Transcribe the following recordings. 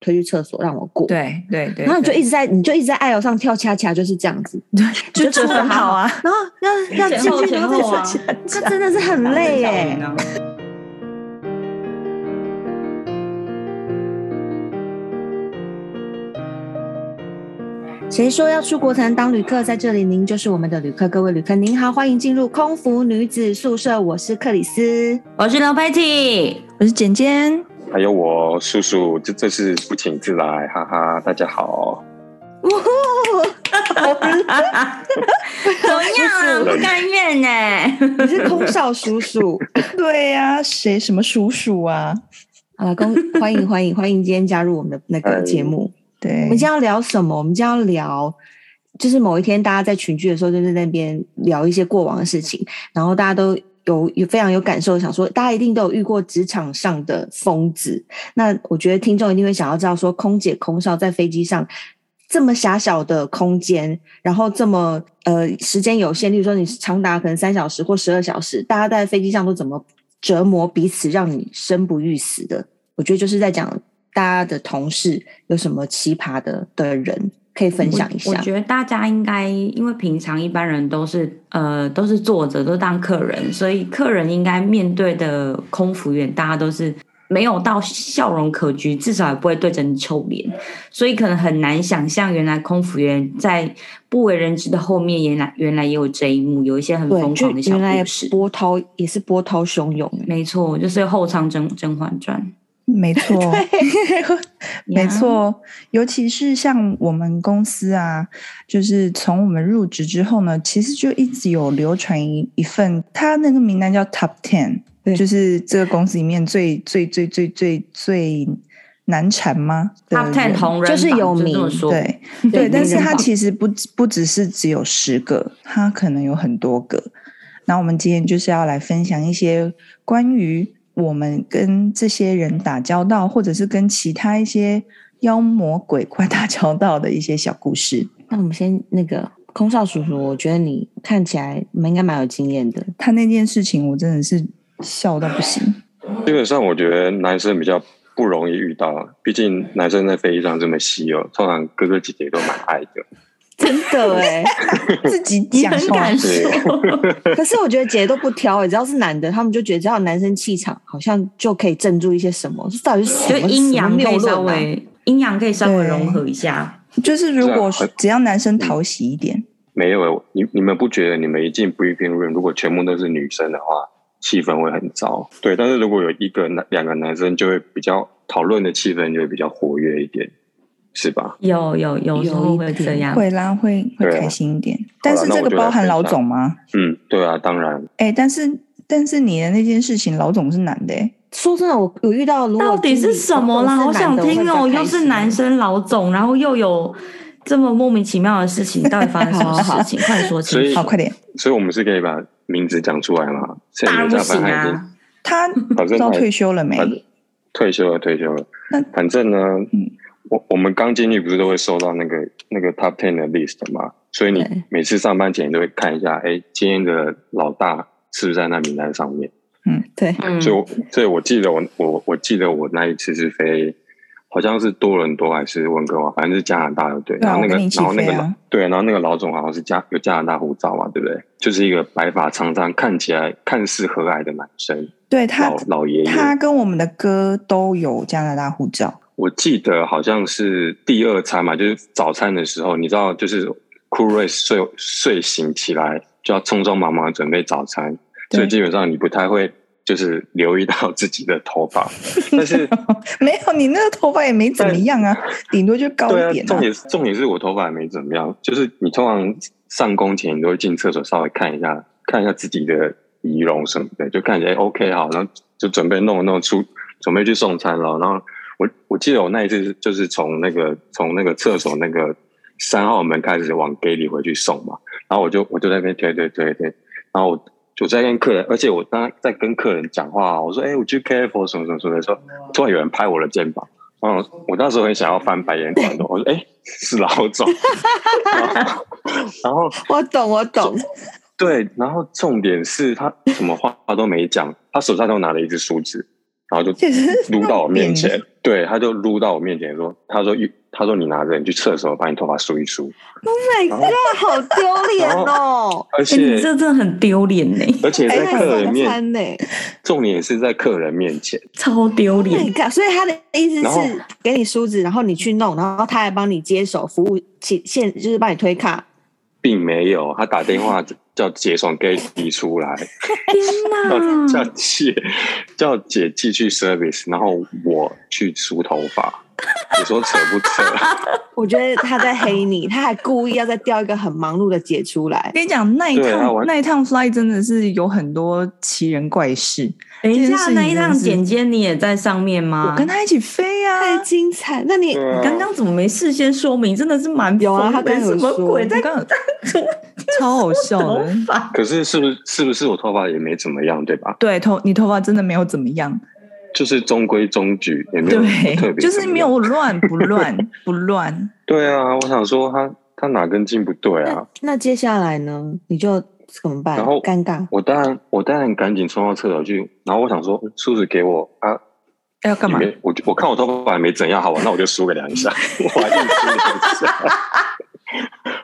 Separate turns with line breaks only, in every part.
推去厕所让我过。
对对对，
然后你就一
直
直在，你就一直在爱楼上跳恰恰，就是这样子，
就
就
觉
出
得
来
好啊，
然后要要
前
进
后
去，
前
然后再
后啊
出去，那真的是很累
打成
耶
小。啊
啊
铃铛
谁说要出国才能当旅客？在这里，您就是我们的旅客。各位旅客，您好，欢迎进入空服女子宿舍，我是克里斯。
我是刘 Patty，我是简 简，
还有我叔叔，这这是不请自来，哈哈，大家好。
怎么样啊？不甘愿呢？
你是空少叔叔，
对呀、谁什么叔叔啊？
好了，公欢迎欢迎欢迎，今天加入我们的那
呃
个节目。
对，
我们今天要聊什么？我们今天要聊，就是某一天大家在群聚的时候，就在那边聊一些过往的事情，然后大家都有有非常有感受，想说大家一定都有遇过职场上的疯子。那我觉得听众一定会想要知道，说空姐、空少在飞机上这么狭小的空间，然后这么呃时间有限，例如说你长达可能三小时或十二小时，大家在飞机上都怎么折磨彼此，让你生不欲死的。我觉得就是在讲大家的同事有什么奇葩的的人可以分享一
我
下。
觉得大家应该，因为平常一般人都是呃都是坐着，都当客人，所以客人应该面对的空服员，大家都是没有到笑容可掬，至少也不会对着你臭脸，所以可能很难想象，原来空服员在不为人知的后面，原来原来也有这一幕，有一些很
对，
疯
就
狂的小
原来
故事。
波涛也是波涛汹 涌。
没错，就是后舱甄《甄嬛传
没 错，没
呀
错，尤其是像我们公司啊，就是从我们入职之后呢，其实就一直有流传一一份，它那个名单叫 Top Ten，
对
就是这个公司里面最最最最最最难缠吗》的
Top Ten
人
同人
就是
榜
有
这么
名
说，
对，
对
对，但
名
是
人
它
榜
其实不只不只是只有十个，它可能有很多个。那我们今天就是要来分享一些关于我们跟这些人打交道，或者是跟其他一些妖魔鬼怪打交道的一些小故事。
那我们先那个空少叔叔，我觉得你看起来蛮应该蛮有经验的。
他那件事情，我真的是笑到不行。
基本上我觉得男生比较不容易遇到，毕竟男生在飞机上这么稀有，通常哥哥姐姐都蛮爱的。
真的 哎、
自己
你
讲
很
话
敢说，
可是我觉得姐姐都不挑、欸，只要是男的，他们就觉得只要有男生气场，好像就可以镇住一些什么。这到底是什
就
么
阴阳
什么
可以
谬
稍
论啊？
微阴阳可以稍微
对
融合一下。
就是如果
是啊
只要男生讨喜一点，
没有欸，你你们不觉得你们一进 briefing room，如果全部都是女生的话，气氛会很糟？对，但是如果有一个男两个男生，就会比较讨论的气氛就会比较活跃一点，是吧？
有有有时
有
候
一
会这
点
样，
会啦，会会
对啊
开心一点。但是
那
这
我
个
就来
包含
分
老
享
总吗？
嗯，对啊，当然，
哎，但是但是你的那件事情，老总是男的哎。
说真的，我我遇到如果
到底
经
是
理
什么啦？
如
好
果是
想
男的
听哦，
我会比较啊
又是男生老总，然后又有这么莫名其妙的事情，到底发生什么事 情？快说
所
清
以
楚
好，！快点！
所以我们是可以把名字讲出来嘛？现在
当然
人
不
家
行
反正已经
啊，
他不
反
知
正
道
他
退休了没？
反正退休了，退休了
那。
反正呢
嗯，
我我们刚进去不是都会收到那个那个 top ten 的 list 嘛？所以
对
你每次上班前都会看一下，哎，今天的老大是不是在那名单上面？
对
嗯
所以我，所以我记得我我我记得我那一次是飞，好像是多伦多还是温哥华，反正是加拿大的对。
对啊
然后那
我
个
跟你一起
然后那个
飞啊
老对，然后那个老总好像是加有加拿大护照嘛，对不对？就是一个白发苍苍，看起来看似和蔼的男生，
对他
老，老爷爷。
他跟我们的哥都有加拿大护照。
我记得好像是第二餐嘛，就是早餐的时候，你知道，就是库瑞睡睡醒起来就要匆匆忙忙准备早餐，
对
所以基本上你不太会就是留意到自己的头发，但是
没有，你那个头发也没怎么样啊，顶多就高
对啊
一，点
重
啊。
点是重点是我头发也没怎么样，就是你通常上工前你都会进厕所稍微看一下，看一下自己的仪容什么的，就看起来哎 OK 好，然后就准备弄一弄出准备去送餐了。然后我我记得我那一次是就是从那个从那个厕所那个三号门开始往 gate 里回去送嘛，然后我就我就在那边推推推推，然后我。我在跟客人，而且我当时在跟客人讲话，我说：“哎、我去 KFO 什么什么什么的时候，突然有人拍我的肩膀，然后哦我那时候很想要翻白眼转头，我说：“哎、是老总。 然后”然后
我懂，我懂，
Oh
对，然后重点是他什么话都没讲，他手上都拿了一支梳子，然后就
就是
撸到我面前，对，他就撸到我面前说：“他说，他说你拿着，你去厕所把你头发梳一梳。
my god，好丢脸哦！”哎
哎
而
你
且，
这真哎的很丢脸呢，
而且在客人面，
餐呢
重点是在客人面前。
超丢
？Oh
脸
my。god！所以他的意思
然后
是给你梳子，然后你去弄，然后他还帮你接手服务，现现就是帮你推卡。
并没有，他打电话叫解爽给提出来，
天
叫叫
哪！
啊
姐叫姐寄去 service，然后我去梳头 发。你说扯不扯？
哎
我觉得他在黑你，他还故意要再调一个很忙碌的姐出 来。
跟你讲，那一
对啊我
趟那一趟 fly 真的是有很多奇人怪事。
等一
这件
下，
事
那
情
一
真
趟
的是
简介你也在上面吗？
啊
我跟他一起飞
太
啊，
精彩！那你
对啊
刚刚怎么没事先说明？真的是蛮
有啊
疯的
他刚有
什么
说
鬼在
刚刚
梳
超好笑
头
的。
发？
可是是不是是不是我头发也没怎么样，对吧？
对，头你头发真的没有怎么样，
就是中规中矩，也没有特
对，
别，
就是没。有乱不乱不 乱。
对啊，我想说他他哪根筋不对啊
那？那接下来呢？你就怎么办？
然后
尴尬。
我当然我当然赶紧冲到厕所去，然后我想说呃梳子给我啊，
要干
你
嘛？
没我我看我头发也没怎样，好吧，那我就梳个两 下，我还硬梳两下。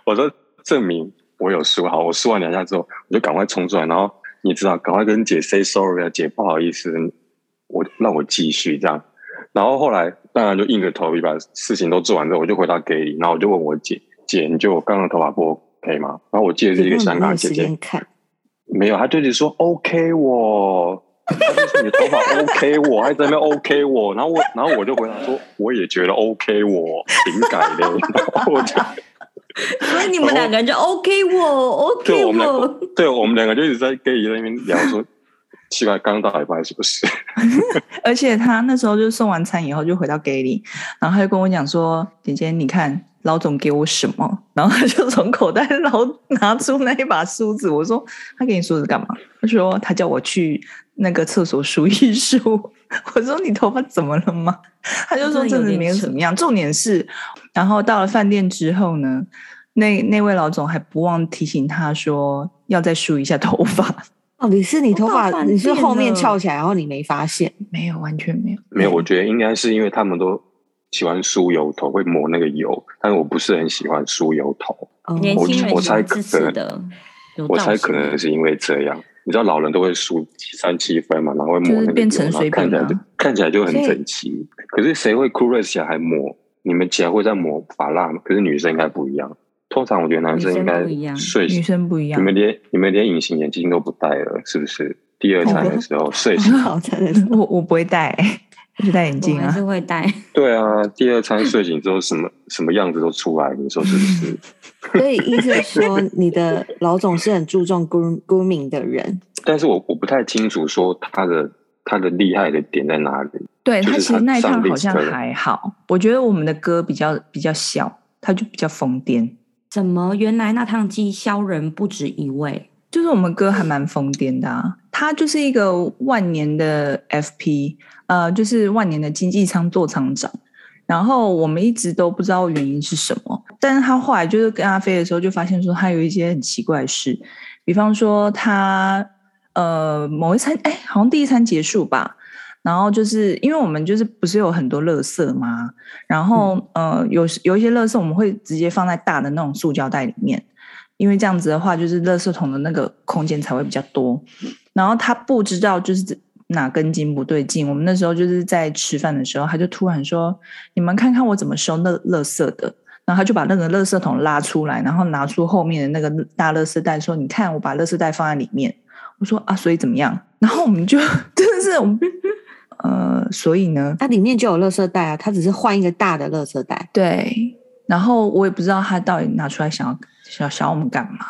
我说证明我有梳好，我梳完两下之后，我就赶快冲出来，然后你知道，赶快跟姐 say sorry 啊，姐不好意思，我让我继续这样。然后后来当然就硬着头皮把事情都做完之后，我就回到给里，然后我就问我姐姐，你觉得我刚刚的头发不 OK 吗？然后我记得是一
你
个
根本
香
没
港
有
姐
时
姐，
间看，
没有，他就是说 OK 我，他就说你头发 OK 我，还在那边 OK 我，然后我，然后我就回答说我也觉得 OK 我，挺改的， 然后我就
所以你们两个人就 OK 我 OK
对我们两
我
个，对我们两个就一直在跟姨那边聊说，奇怪，刚刚到底发生什么事？
而且他那时候就送完餐以后就回到给你，然后他就跟我讲说：“姐姐，你看老总给我什么？”然后他就从口袋捞拿出那一把梳子，我说：“他给你梳子干嘛？”他说：“他叫我去那个厕所梳一梳。” 我说：“你头发怎么了吗？”他就说：“
真的有
真的
点
没有
扯
怎么样。”重点是，然后到了饭店之后呢，那那位老总还不忘提醒他说要再梳一下头发。
到底哦是你头
我哦到
发，
饭
你是
店
后面
了
翘起来，然后你没发现？
没有，完全没有，
没有，我觉得应该是因为他们都喜欢梳油头，会抹那个油，但是我不是很喜欢梳油头，
哦
年轻人
我
喜欢
猜
自私的，有
我猜
造型
可能是因为这样。你知道老人都会梳三七分嘛，然后会抹那
就是
个
变
油，
成
然后
水
看起来
饼
就
啊
看起来就很
所以
整齐。可是谁会酷热起来还抹？你们起来会在抹发蜡吗？可是女生应该不一样。通常我觉得男生应该
女生不一样
睡
女
醒，
生不一样
你。们连你们连隐形眼镜都不戴了，是不是？第
哦
二餐的时候 睡醒，
好惨 的是，
我我不会戴、我就戴眼
我
镜
还
啊
是。会戴。
对啊，第二餐睡醒之后什么什么样子都出来，你说是 不是？
所以医生说你的老总是很注重 groom grooming 的人，
但是我我不太清楚说他的他的厉害的点在哪里。
对
就是
他其实
他
那一
上
趟好
list
像
的人
还好，我觉得我们的歌比较比较小，他就比较疯癫，
怎么？原来那趟绩销人不止一位，
就是我们歌还蛮疯癫的啊。他就是一个万年的 FP，呃，就是万年的经济舱座舱长。然后我们一直都不知道原因是什么，但是他后来就是跟阿飞的时候，就发现说他有一些很奇怪的事，比方说他呃某一餐，哎，好像第一餐结束吧，然后就是因为我们就是不是有很多垃圾嘛，然后、呃有时有一些垃圾我们会直接放在大的那种塑胶袋里面，因为这样子的话，就是垃圾桶的那个空间才会比较多。然后他不知道就是哪根筋不对劲，我们那时候就是在吃饭的时候，他就突然说：“你们看看我怎么收那垃圾的。”然后他就把那个垃圾桶拉出来，然后拿出后面的那个大垃圾袋，说：“你看，我把垃圾袋放在里面。”我说：“啊，所以怎么样？” 然后我们就真的是我们 呃，所以呢，
它里面就有垃圾袋啊，它只是换一个大的垃圾袋。
对，然后我也不知道他到底拿出来想要想想要我们干嘛。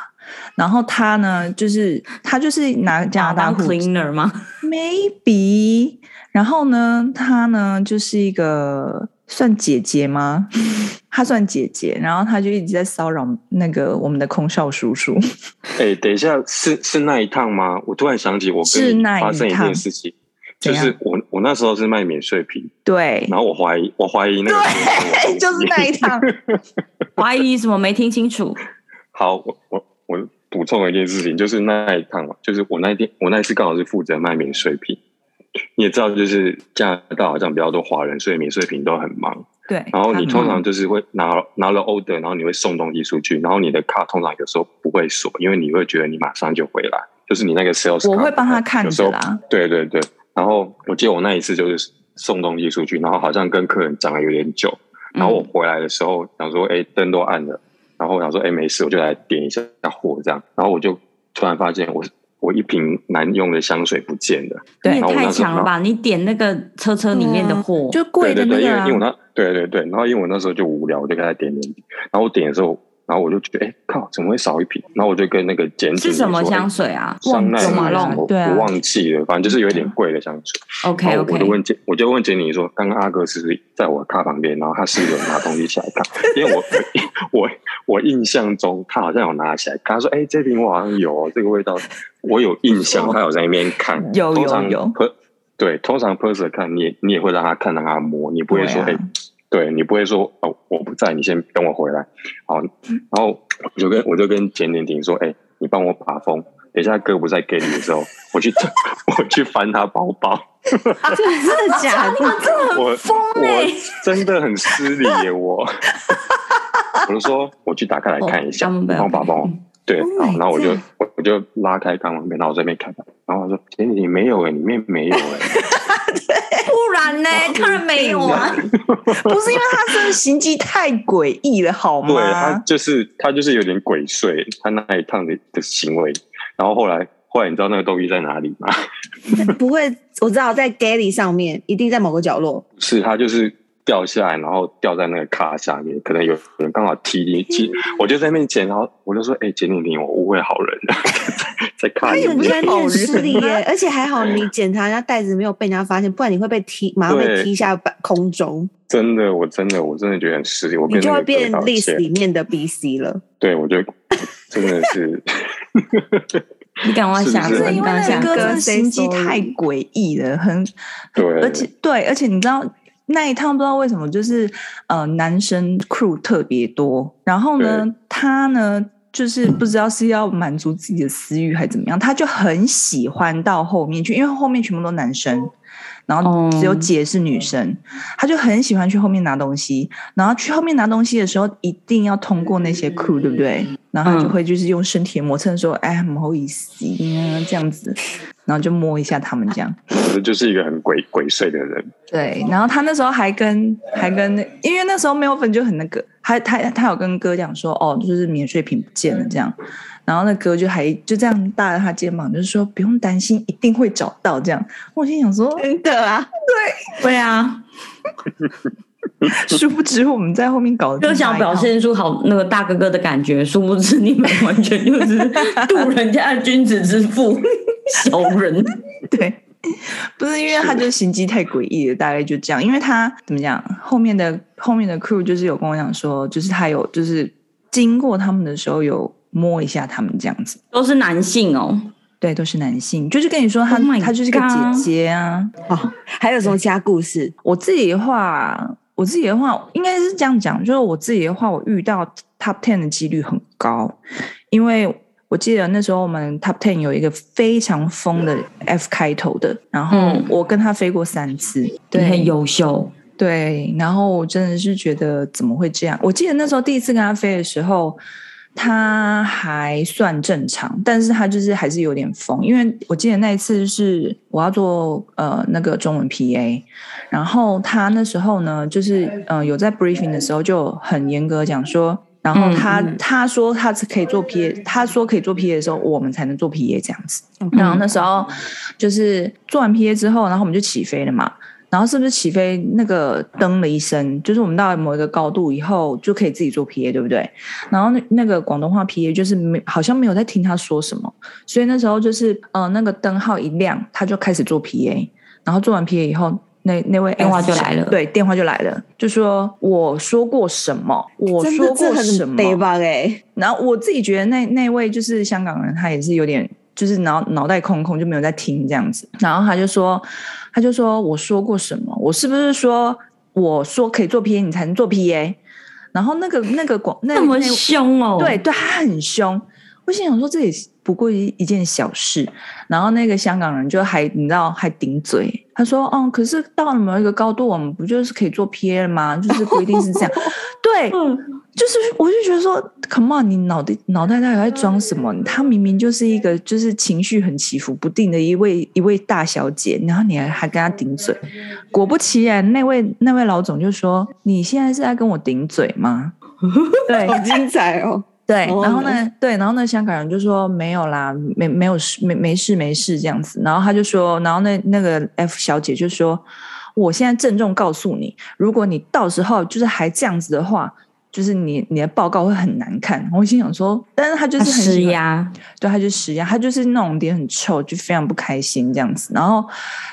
然后他呢，就是他就是拿加拿
假
大
当
护照
cleaner 吗？
maybe，然后呢，她呢就是一个算姐姐吗？ 她算姐姐，然后她就一直在骚扰那个我们的空少叔叔。
哎、等一下，是是那一趟吗？我突然想起，我
是
跟你
那一
发生一
趟
件事情，就
怎
是
样
我我那时候是卖免税品，
对，
然后我怀疑我怀疑那个是我的
对， 就是那一趟。
怀疑什么没听清楚？
好，我我我补充一件事情，就是那一趟嘛，就是我那一天我那一次刚好是负责卖免税品，你也知道，就是加拿大好像比较多华人，所以免税品都很忙。
对，
然后你
他
通
们
常就是会拿拿了 order，然后你会送东西出去，然后你的卡通常有时候不会锁，因为你会觉得你马上就回来，就是你那个 sales
我会
card
帮他看
有时候
着啦。
对对对，然后我记得我那一次就是送东西出去，然后好像跟客人讲了有点久，然
嗯
后
嗯
我回来的时候想说，哎，灯都暗了，然后我想说，哎，没事，我就来点一下火这样，然后我就突然发现我我一瓶难用的香水不见了，
对
你也
然后我
太
那时候
强了吧！你点那个车车里面的货，
啊就贵
对
的那
对对，因
个
为因
啊
为我那对对对，然后因为我那时候就无聊，我就给他点点，然后我点的时候，然后我就觉得，哎，靠，怎么会少一瓶？然后我就跟那个检警
是什么
说哎
香水啊
香奈
忘记
儿
了
什么，
对啊
我忘记了，反正就是有一点贵的香水。
？OK
然后哦我就
OK，
问简，我就问简你说，刚刚阿哥是不是在我咖旁边？然后他是不是有拿东西起来 看？因为我我我我印象中他好像有拿起来看，他说：“哎、这瓶我好像有、哦、这个味道，我有印象。”他有在那边看，
有
通
有
常
有
per- 对，通常 person 看你也你也会让他看，让他摸，你不会说哎、
对啊
对你不会说哦，我不在，你先等我回来。好，
嗯
然后我就跟我就跟简点婷说，哎、你帮我把风，等一下哥不在给你的时候，我去 我去翻他包包，
真的假的？
我
欸
我真的很失礼耶，我我就说我去打开来看一下，
哦
你帮我把包。对，
Oh
好，
my
然后我就
God
我我就拉开看旁边，然后我这边看，然后他说：“简点婷没有哎，里面没有哎。”
不哎然呢？
哦
当然没有 啊！
不是因为他真的行迹太诡异了，好
对他
吗？
就是他就是有点鬼祟，他那一趟的的行为。然后后来后来你知道那个东西在哪里吗？
不会，我知道在 Gally 上面一定在某个角落。
是他就是掉下来，然后掉在那个卡下面，可能有人刚好踢你。踢我就在那边捡，然后我就说：“哎、简玲玲，我误会好人了， 在卡
哎
里
呦，我觉得
面。
你很失礼
好
耶，而且还好你检查人家袋子没有被人家发现，不然你会被踢，马上被
对
踢下空中，”
真的，我真的我真的觉得很失礼，我
你
跟
就
那
会
个哥
变
道
list
歉。
里面的 BC 了。
对，我就真的是
你赶快下
是不
是
歌，
是
你
因为
赶快
那
下
个歌
歌
真的
say
行迹
sorry
太诡异了，很
对
而且对，而且你知道那一趟不知道为什么就是呃男生 crew 特别多，然后呢
对
他呢就是不知道是要满足自己的私欲还是怎么样，他就很喜欢到后面去，因为后面全部都男生。然后只有
哦
姐是女生，他就很喜欢去后面拿东西。然后去后面拿东西的时候，一定要通过那些 crew，对不对？然后他就
嗯
会就是用身体的磨蹭说：“哎，不好意思呀，这样子。”然后就摸一下他们这样。
我就是一个很鬼鬼祟的人。
对，然后他那时候还跟还跟那，因为那时候没有粉就很那个，还他他有跟哥讲说，哦，就是免税品不见了这
嗯
样，然后那哥就还就这样搭着他肩膀，就是说不用担心，一定会找到这样。我心想说，
真的啊，
对啊，
殊不知我们在后面搞的
就想表现出好那个大哥哥的感觉，殊不知你们完全就是 渡人家的君子之 腹，小人。
对， 不是因为他就行迹太诡异了，大概就这样。因为他怎么讲，后面的后面的 crew 就是有跟我讲说，就是他有就是经过他们的时候有摸一下他们这样子。
都是男性哦，
对，都是男性，就是跟你说他
Oh my
他就是个姐姐啊。
好，还有什么其他故事？
我自己的话，我自己的话应该是这样讲，就是我自己的话，我遇到 top ten 的几率很高，因为我记得那时候我们 top ten 有一个非常疯的 F 开头的，然后
嗯
我跟他飞过三次，
你
对，
很优秀，
对，然后我真的是觉得怎么会这样？我记得那时候第一次跟他飞的时候，他还算正常，但是他就是还是有点疯，因为我记得那一次是我要做呃那个中文 PA，然后他那时候呢，就是呃有在 briefing 的时候就很严格讲说。然后他、
嗯嗯
他说他是可以做 PA，他说可以做 PA 的时候，我们才能做 PA 这样子。
OK
嗯
然后那时候就是做完 PA 之后，然后我们就起飞了嘛。然后是不是起飞那个噔了一声，就是我们到了某一个高度以后就可以自己做 PA，对不对？然后那那个广东话 PA 就是没好像没有在听他说什么，所以那时候就是呃那个灯号一亮，他就开始做 PA，然后做完 PA 以后。那那位
电话
F
就来了
对，电话就来了，就说我说过什么，我
真
说
的
过
这
什
很
么，
北吧？哎，
然后我自己觉得那那位就是香港人，他也是有点就是脑脑袋空空，就没有在听这样子。然后他就说，他就说我说过什么？我是不是说我说可以做 PA，你才能做 PA？然后那个那个广那
那么
那
凶哦，
对，对他很凶。我心想说，这也是不过一一件小事。然后那个香港人就还你知道还顶嘴，他说：“哦，可是到了某一个高度，我们不就是可以做 PA 了吗？就是不一定是这样。 对，
嗯，
就是我就觉得说，Come on，你脑袋脑袋到底在装什么？她明明就是一个就是情绪很起伏不定的一位一位大小姐，然后你还还跟她顶嘴。果不其然，那位那位老总就说：“你现在是在跟我顶嘴吗？” 对
好精彩哦！
对，
哦
然后
哎
呢，对，然后那香港人就说没有啦，没没有事，没没事没事这样子。然后他就说，然后那那个 F 小姐就说，我现在郑重告诉你，如果你到时候就是还这样子的话，就是你你的报告会很难看。我心想说，但是他就
他
是很
啊施
喜欢
压，
对，他就施压，他就是那种脸很臭，就非常不开心这样子。然后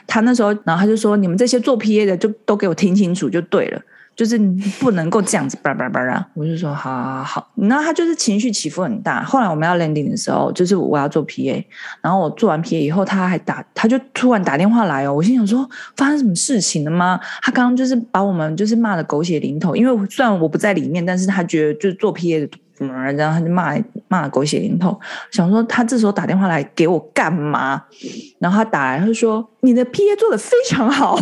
他那时候，然后他就说：“你们这些做 PA 的，就都给我听清楚就对了，就是你不能够这样子叭叭叭啦。”我就说：“好好好。”然后他就是情绪起伏很大。后来我们要 landing 的时候，就是我要做 PA，然后我做完 PA 以后，他还打，他就突然打电话来哦。我心想说：“发生什么事情了吗？”他刚刚就是把我们就是骂的狗血淋头，因为虽然我不在里面，但是他觉得就是做 PA 的。怎么了？然后他就骂骂得狗血淋头，想说他这时候打电话来给我干嘛？然后他打来，他就说你的 PA 做的非常好，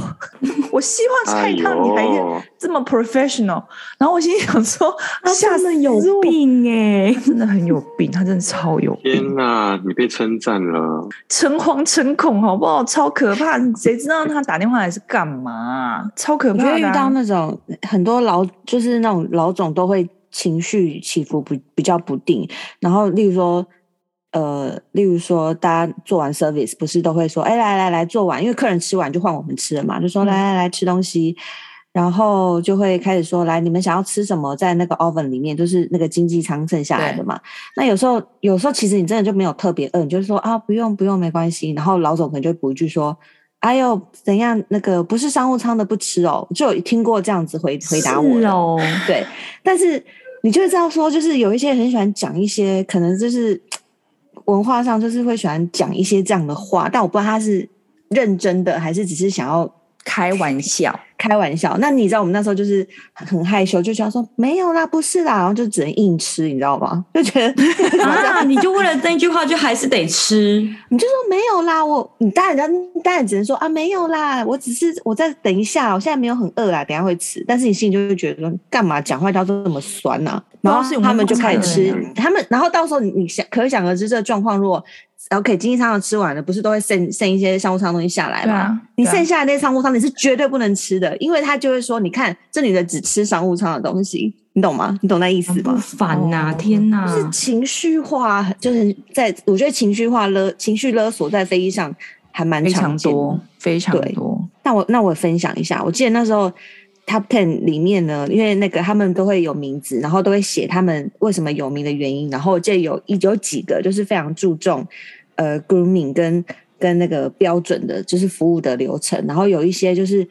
我希望下
哎
一趟你还
呦，
这么 professional。然后我心里想 说，吓死我，
病哎、
真的很有病，他真的超有病
天，哪，你被称赞了，
诚惶诚恐，好不好？超可怕，谁知道他打电话来是干嘛啊、超可
我觉
怕
得遇
的啊、
到那种很多老，就是那种老总都会情绪起伏不比较不定。然后，例如说，呃，例如说，大家做完 service 不是都会说，哎，来来来，做完，因为客人吃完就换我们吃了嘛，就说
嗯
来来来吃东西。然后就会开始说，来，你们想要吃什么，在那个 oven 里面，就是那个经济舱剩下来的嘛。那有时候，有时候其实你真的就没有特别饿，你就是说啊，不用不用，没关系。然后老总可能就会补一句说，哎呦，怎样？那个不是商务舱的不吃哦，就有听过这样子回回答我
是
的。
哦，
对，但是你就会知道说，就是有一些人很喜欢讲一些，可能就是文化上就是会喜欢讲一些这样的话，但我不知道他是认真的还是只是想要
开玩笑，
开玩笑。那你知道我们那时候就是很害羞，就想说没有啦，不是啦，然后就只能硬吃，你知道吗？就觉得
啊， 你就为了那句话就还是得 吃，
你就说没有啦，我你当然当当然只能说啊没有啦，我只是我再等一下，我现在没有很饿啦，等一下会吃。但是你心里就会觉得说干嘛讲话要这么酸呐、然
对啊是
后
有
他们就
那
开始
种
吃
感，
他们然后到时候你你想可想而知这个状况，如果 OK 经济舱的吃完了，不是都会剩剩一些商务舱的东西下来
对
嘛？
啊，
你
对啊
剩下的那商务舱你是绝对不能吃的，因为他就会说，你看这女的只吃商务舱的东西，你懂吗？你懂那意思
很不
吗？
烦呐、
哦
天哪，
就是情绪化，就是在我觉得情绪化勒情绪勒索在飞机上还蛮
非
常
常
见的
多，非常
对
多，
那我那我分享一下，我记得那时候 Top Ten 里面呢，因为那个他们都会有名字，然后都会写他们为什么有名的原因，然后这有一有几个就是非常注重呃 grooming 跟跟那个标准的，就是服务的流程，然后有一些就是。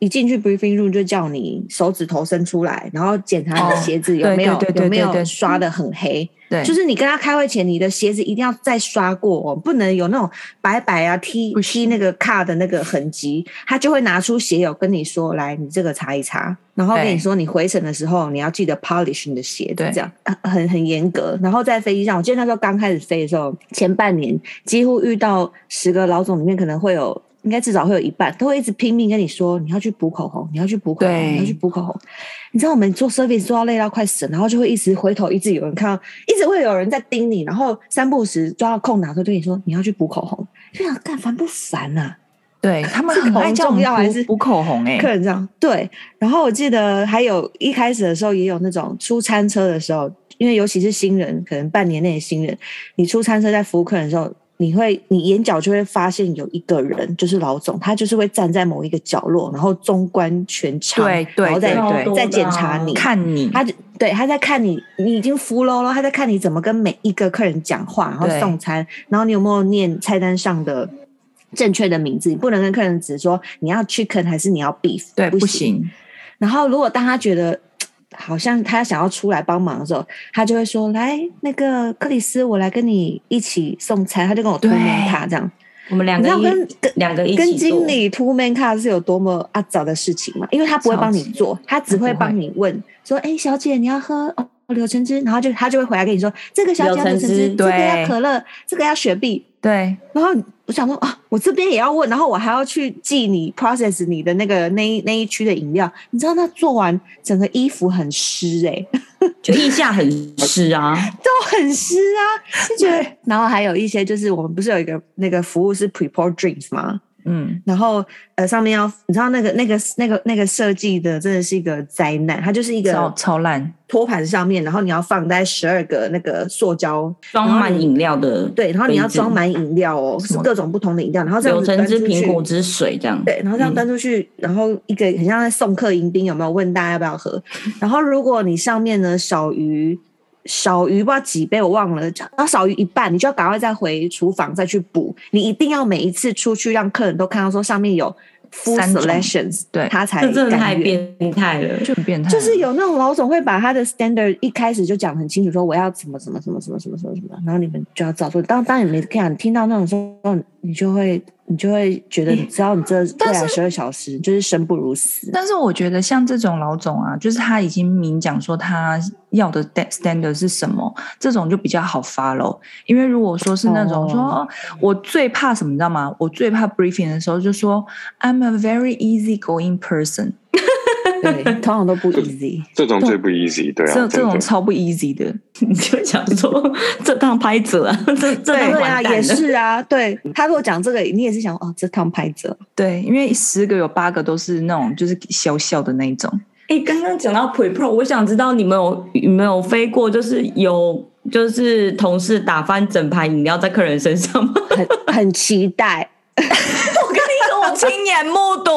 一进去 briefing room 就叫你手指头伸出来，然后检查你的
哦
鞋子有
对
没
对
有
对对
有没
对对
有刷的很黑，
对，
就是你跟他开会前，你的鞋子一定要再刷过哦，不能有那种白白啊踢
不行
踢那个卡的那个痕迹，他就会拿出鞋油跟你说：“来，你这个擦一擦。”然后
对
跟你说，你回程的时候你要记得 polish 你的鞋子
对，
这样呃很很严格。然后在飞机上，我记得那时候刚开始飞的时候，前半年几乎遇到十个老总里面可能会有。应该至少会有一半都会一直拼命跟你说，你要去补口红，你要去补口红，
对
你要去补口红。你知道我们做 service 做到累到快死了，然后就会一直回头，一直有人看到，一直会有人在盯你，然后三不五时抓到空档的时候对你说你要去补口红，就想干烦不烦啊？
对他们
是
很
口
爱
红
叫我
重
们
要还
补
是
补口红哎、
客人这样对。然后我记得还有一开始的时候也有那种出餐车的时候，因为尤其是新人，可能半年内的新人，你出餐车在服务客人的时候。你会，你眼角就会发现有一个人，就是老总，他就是会站在某一个角落，然后纵观全场，
对对
然后
对
再
对
再检查你，
看你，
他就对他在看你，你已经服喽了，他在看你怎么跟每一个客人讲话，然后
对
送餐，然后你有没有念菜单上的正确的名字？你不能跟客人只说你要 chicken 还是你要 beef，
对
不
不。行，
然后如果当他觉得好像他想要出来帮忙的时候，他就会说：“来，那个克里斯，我来跟你一起送餐。”他就跟我推
对
门卡这样。
我们两
你
个
知道
一
跟跟
两个一起
跟经
做
理 two man car 是有多么阿杂的事情嘛？因为他不会帮你
超级
做，他只
他
会
不会
帮你问说：“哎、小姐，你要喝哦柳橙汁，然后就他就会回来跟你说这个小姐要
柳橙
柳橙汁，
汁
这个
对
要可乐，这个要雪碧。
对，
然后我想说啊，我这边也要问，然后我还要去记你 process 你的那个那一那一区的饮料，你知道那做完整个衣服很湿哎、
就腋下很湿啊，
都很湿啊，就觉得。然后还有一些就是我们不是有一个那个服务是 p r e p o r e drinks 吗？
嗯，
然后呃上面要你知道那个那个那个那个设计的真的是一个灾难，它就是一
超
个
超烂，
托盘上面，然后你要放在十二个那个塑胶
装满饮料的
对，然后你要装满饮料哦，
什
是
么
各种不同的饮料，然后这样
柳
子
橙
端
汁、
出
苹
去
果汁、水这样。
对，然后这
嗯
样端出去，然后一个很像在送客迎宾，有没有问大家要不要喝？然后如果你上面呢少于少于不知道几杯，我忘了，然后少于一半，你就要赶快再回厨房再去补。你一定要每一次出去让客人都看到说上面有 full
三种
selections，
对
他才
这真的太
甘愿。
变态了，
就很变态，
就是有那种老总会把他的 standard 一开始就讲很清楚，说我要怎么怎么怎么怎么怎么怎么什么，然后你们就要照做。当当你们看你听到那种时候，你就会你就会觉得，你知道你 这未
但是
来十二小时就是生不如死。
但是我觉得像这种老总啊，就是他已经明讲说他要的 sta- standard 是什么，这种就比较好 follow。因为如果说是那种
哦
说，哦我最怕什么，你知道吗？我最怕 briefing 的时候就说 I'm a very easy going person，
对，通常都不 easy。
这种最不 easy，对啊，
这这种
真的
超不 easy 的。
你就想说这趟拍折 啊，这这趟
对
完
啊，
蛋
也
了。
是啊。对他如果讲这个，你也是想哦，这趟拍折。
对，因为十个有八个都是那种就是小小的那一种，
哎，刚刚讲到 pre pro，我想知道你们有你们有飞过，就是有就是同事打翻整盘饮料在客人身上吗？
很 很期待，
我跟你说，我亲眼目睹。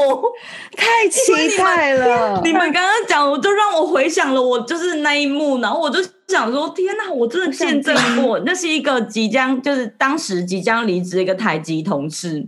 太期待了。
你们刚刚讲，我就让我回想了我就是那一幕，然后我就想说，天哪，我真的见证过，那是一个即将就是当时即将离职的一个台籍同事。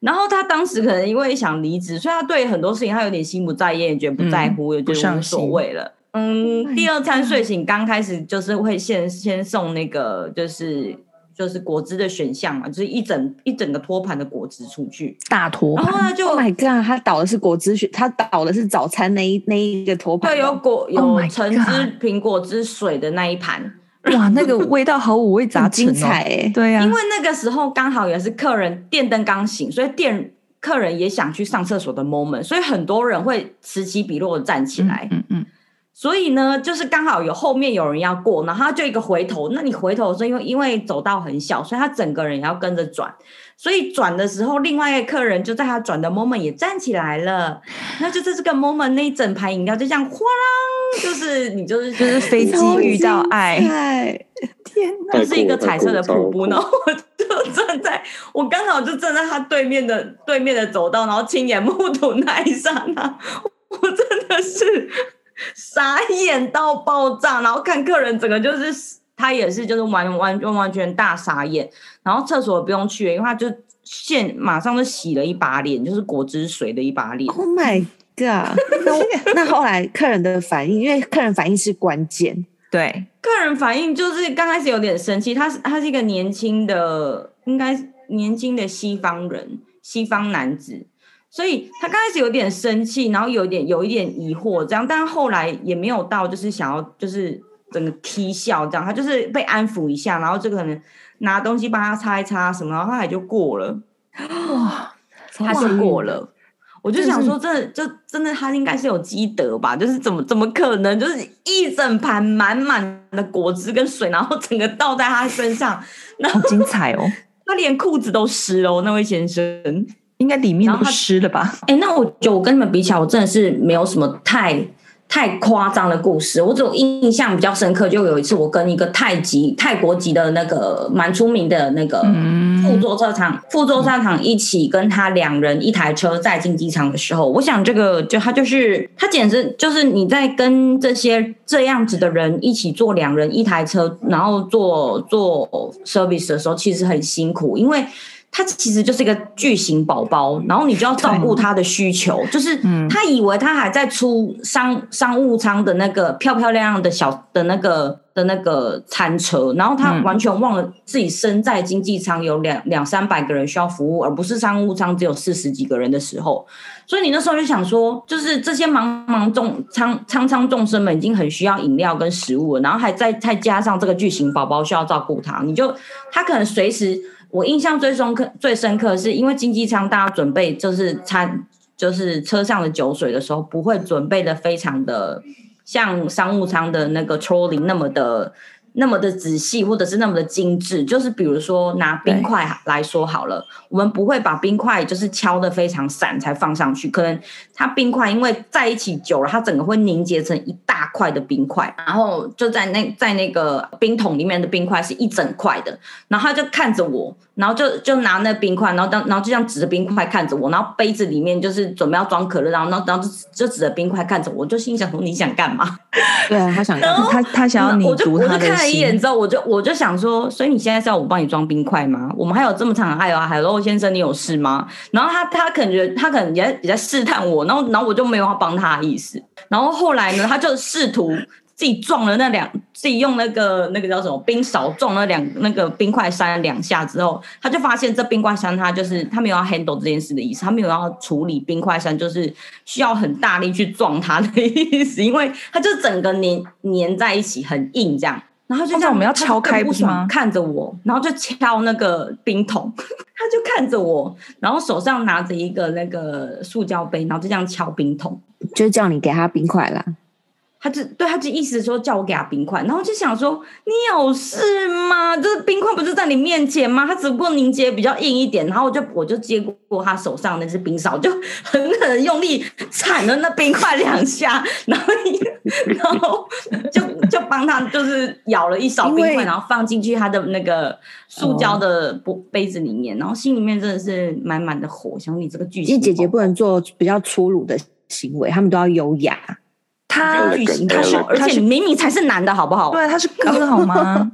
然后他当时可能因为想离职，所以他对很多事情他有点心不在焉，也觉得不在乎，也
嗯不
觉得
上
无所
心哎
谓了。嗯，第二餐睡醒刚开始就是会先先送那个就是就是果汁的选项嘛，就是一整一整个托盘的果汁出去，
大坨
然后他就
Oh my god！他倒的是果汁选，他倒的是早餐那一那一个头盘。
对，有果
Oh
有
my
橙汁
God、
苹果汁、水的那一盘，
哇，那个味道和五味杂
很
陈、哦，
精彩哎、
对嗯呀、
因为那个时候刚好也是客人电灯刚醒，所以店客人也想去上厕所的 moment，所以很多人会此起彼落的站起来。
嗯嗯，
所以呢，就是刚好有后面有人要过，然后他就一个回头。那你回头的时候，因为因为走道很小，所以他整个人也要跟着转。所以转的时候，另外一个客人就在他转的 moment 也站起来了。那就在这个 moment，那一整盘饮料就这样哗啦，就是你就是
就是飞机
超
遇到爱
精，彩
天哪！
它是一个彩色的瀑布，
太酷了太酷了
然后我就站在，我刚好就站在他对面的对面的走道，然后亲眼目睹那一刹那，我真的是傻眼到爆炸，然后看客人整个就是他也是就是完完完完全大傻眼，然后厕所不用去，因为他就现马上就洗了一把脸，就是果汁水的一把脸。
！Oh my god！那我那后来客人的反应，因为客人反应是关键，
对，
客人反应就是刚开始有点生气，他是他是一个年轻的，应该是年轻的西方人，西方男子，所以他刚开始有点生气，然后有点有一点疑惑这样，但后来也没有到就是想要就是整个踢笑这样，他就是被安抚一下，然后就可能拿东西帮他擦一擦什么，然后他也就过了，
哇，
他就过了。我就
真的
想
是
说，真的，就真的，他应该是有积德吧？就是怎么怎么可能，就是一整盘满满的果汁跟水，然后整个倒在他身上，
好精彩哦！
他连裤子都湿了哦、那位先生。
应该里面
然后
都
他
湿了吧？
哎、那我觉得我跟你们比起来，我真的是没有什么太太夸张的故事。我只有印象比较深刻，就有一次我跟一个泰籍泰国籍的那个蛮出名的那个副
嗯，
座车厂副座车厂一起跟他两人一台车在进机场的时候，我想这个就他就是他简直就是你在跟这些这样子的人一起坐两人一台车，然后做做 service 的时候，其实很辛苦，因为他其实就是一个巨型宝宝，然后你就要照顾他的需求，就是
嗯
他以为他还在出商商务舱的那个漂漂亮亮的小的那个的那个餐车，然后他
嗯
完全忘了自己身在经济舱有两两三百个人需要服务，而不是商务舱只有四十几个人的时候，所以你那时候就想说，就是这些茫茫众苍苍苍众生们已经很需要饮料跟食物了，然后还再再加上这个巨型宝宝需要照顾他，你就他可能随时，我印象最深刻最深刻的是因为经济舱大家准备就是餐就是车上的酒水的时候，不会准备的非常的像商务舱的那个 trolley 那么的。那么的仔细，或者是那么的精致，就是比如说拿冰
对
块来说好了，我们不会把冰块就是敲的非常散才放上去，可能它冰块因为在一起久了，它整个会凝结成一大块的冰块，然后就在那在那个冰桶里面的冰块是一整块的，然后他就看着我，然后就就拿那冰块，然后当然后就这样指着冰块看着我，然后杯子里面就是准备要装可乐，然后然后然后就就指着冰块看着我，我就心想说你想干嘛？
对啊，他想 要
他他想要
那
你
我就
读
我就
他的
看了一
心
眼之后，我就我就想说，所以你现在是要我帮你装冰块吗？我们还有这么长的爱啊，Hello 先生，你有事吗？然后他他感觉他可能也在也在试探我，然后然后我就没有要帮他的意思。然后后来呢，他就试图自己撞了那两，自己用那个那个叫什么冰勺撞了两那个冰块扇两下之后，他就发现这冰块扇他就是他没有要 handle 这件事的意思，他没有要处理冰块扇，就是需要很大力去撞它的意思，因为它就整个粘粘在一起，很硬这样。然后就
通
这
常
样，
我哦们要
他就
敲
更
开
不
不是
爽
吗
看着我，然后就敲那个冰桶，他就看着我，然后手上拿着一个那个塑胶杯，然后就这样敲冰桶。
就是叫你给他冰块啦。
他就对他就意思说叫我给他冰块，然后我就想说你有事吗？这冰块不是在你面前吗？他只不过凝结比较硬一点，然后我就我就接过他手上那只冰勺，就狠狠地用力铲了那冰块两下，然后一然后就就帮他就是舀了一勺冰
因
块，
为哦
然后放进去他的那个塑胶的玻杯子里面，然后心里面真的是满满的火，想说你这个巨
其实
型
姐姐
宝宝
不能做比较粗鲁的行为，他们都要优雅。
他
巨型，
他
他
是
是而
他
且
是
你明明才是男的好不好？
对啊他是 哥好吗？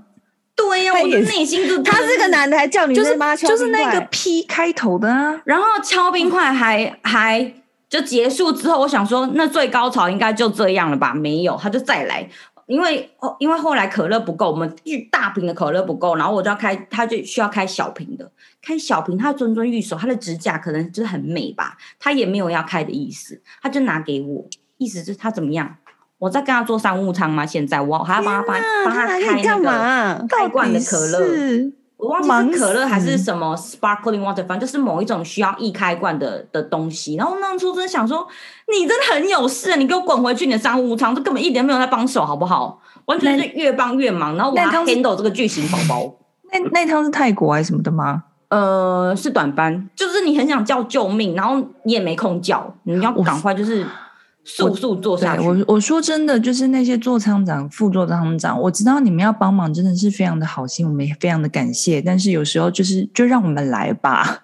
对呀、
他
我
也
的
是
内心就
他是个。男的，还叫女
就是
生妈敲
就是那个
冰块
P 开头的啊，
然后敲冰块还还就结束之后，我想说那最高潮应该就这样了吧？没有，他就再来。因为哦，因为后来可乐不够，我们一大瓶的可乐不够，然后我就要开，他就需要开小瓶的，开小瓶，他蠢蠢欲手，他的指甲可能就是很美吧，他也没有要开的意思，他就拿给我，意思就是他怎么样，我在跟他做商务舱吗？现在我还要帮他帮
啊，
帮
他拿
他
给
开
你
那
干
个
嘛、啊？
开罐的可乐
到底是
我忘记
忙
是可乐还是
死
什么 sparkling water，反正就是某一种需要易开罐的的东西。然后那时候真的想说，你真的很有事啊，你给我滚回去你的商务舱，这根本一点没有在帮手，好不好？完全是越帮越忙。然后我还
那他是
handle 这个巨型宝宝，
那那趟是泰国还是什么的吗？
呃，是短班，就是你很想叫救命，然后你也没空叫，你要赶快就是速速做
对
下去。
我我说真的，就是那些座舱长、副座舱长，我知道你们要帮忙，真的是非常的好心，我们也非常的感谢。但是有时候就是就让我们来吧，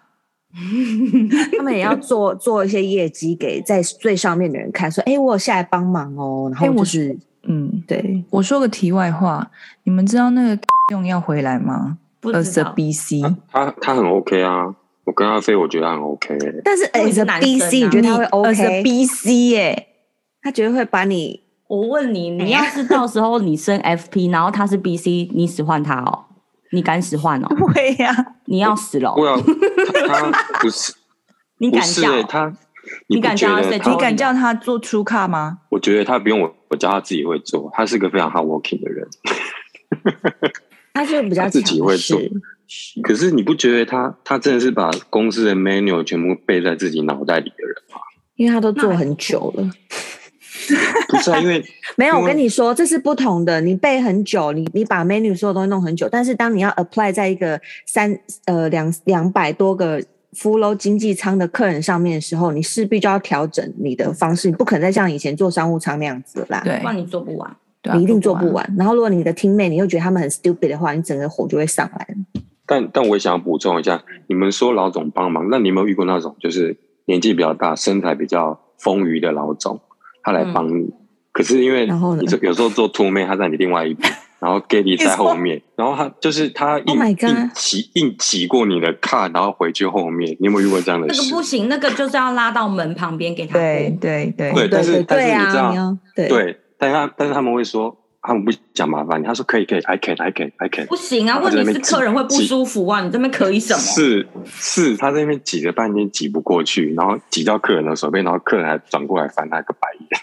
他们也要做做一些业绩给在最上面的人看，说：“哎、我有下来帮忙哦。”然
哎
后
我
就是、
嗯。
对，
我说个题外话，你们知道那个用要回来吗？
不
二
知
色
道
BC，
他他很 OK 啊，我跟阿飞我觉得他很 OK，
但是哎，
因为是
这
男
B
生
C，你
啊
觉得他会
二色
OK？
BC 耶，
他绝对会把你
我问你，你要是到时候你升 FP，然后他是 BC，你使唤他哦，你敢使唤哦？
对呀，
你要死了哦！
不要他他不是
你
不
敢
是
叫？
欸他，
你
不
敢
觉
叫他
得
睡
他
觉
你敢叫他做出卡吗？
我觉得他不用我，我教他自己会做。他是个非常 hard working 的人，
他是比较
他自己会做
强势
可是你不觉得他他真的是把公司的 menu 全部背在自己脑袋里的人吗？
因为他都做很久了。
不是、啊，因为
没有，
因为
我跟你说，这是不同的。你背很久，你你把 menu 所有东西弄很久，但是当你要 apply 在一个三呃两两百多个 full load 经济舱的客人上面的时候，你势必就要调整你的方式，你不可能再像以前做商务舱那样子了啦。
对
不，然你做不完。
对啊
你一定做不。完。然后，如果你的 team mate 你又觉得他们很 stupid 的话，你整个火就会上来了。
但但我也想要补充一下，你们说老总帮忙，那你有没有遇过那种就是年纪比较大、身材比较丰腴的老总，他来帮你？可是因为
然后呢
你这有时候做 two man，他在你另外一边，然后 Getty 在后面，然后他就是他硬、
my god
硬挤硬挤过你的卡，然后回去后面，你有没有遇过这样的
那个
事？
不行，那个就是要拉到门旁边给他过。
对对对，
对但是
对
但
对
是你知
啊，
道
你要对
对，但是他但是他们会说，他们不想麻烦你，他说可以可以，I can I can I can，
不行啊！
然后
问
在那
题
边
是客人会不
挤
舒服啊！你这边可以什么？
是是，他在那边挤了半天挤不过去，然后挤到客人的手背，然后客人还转过来翻他个白眼。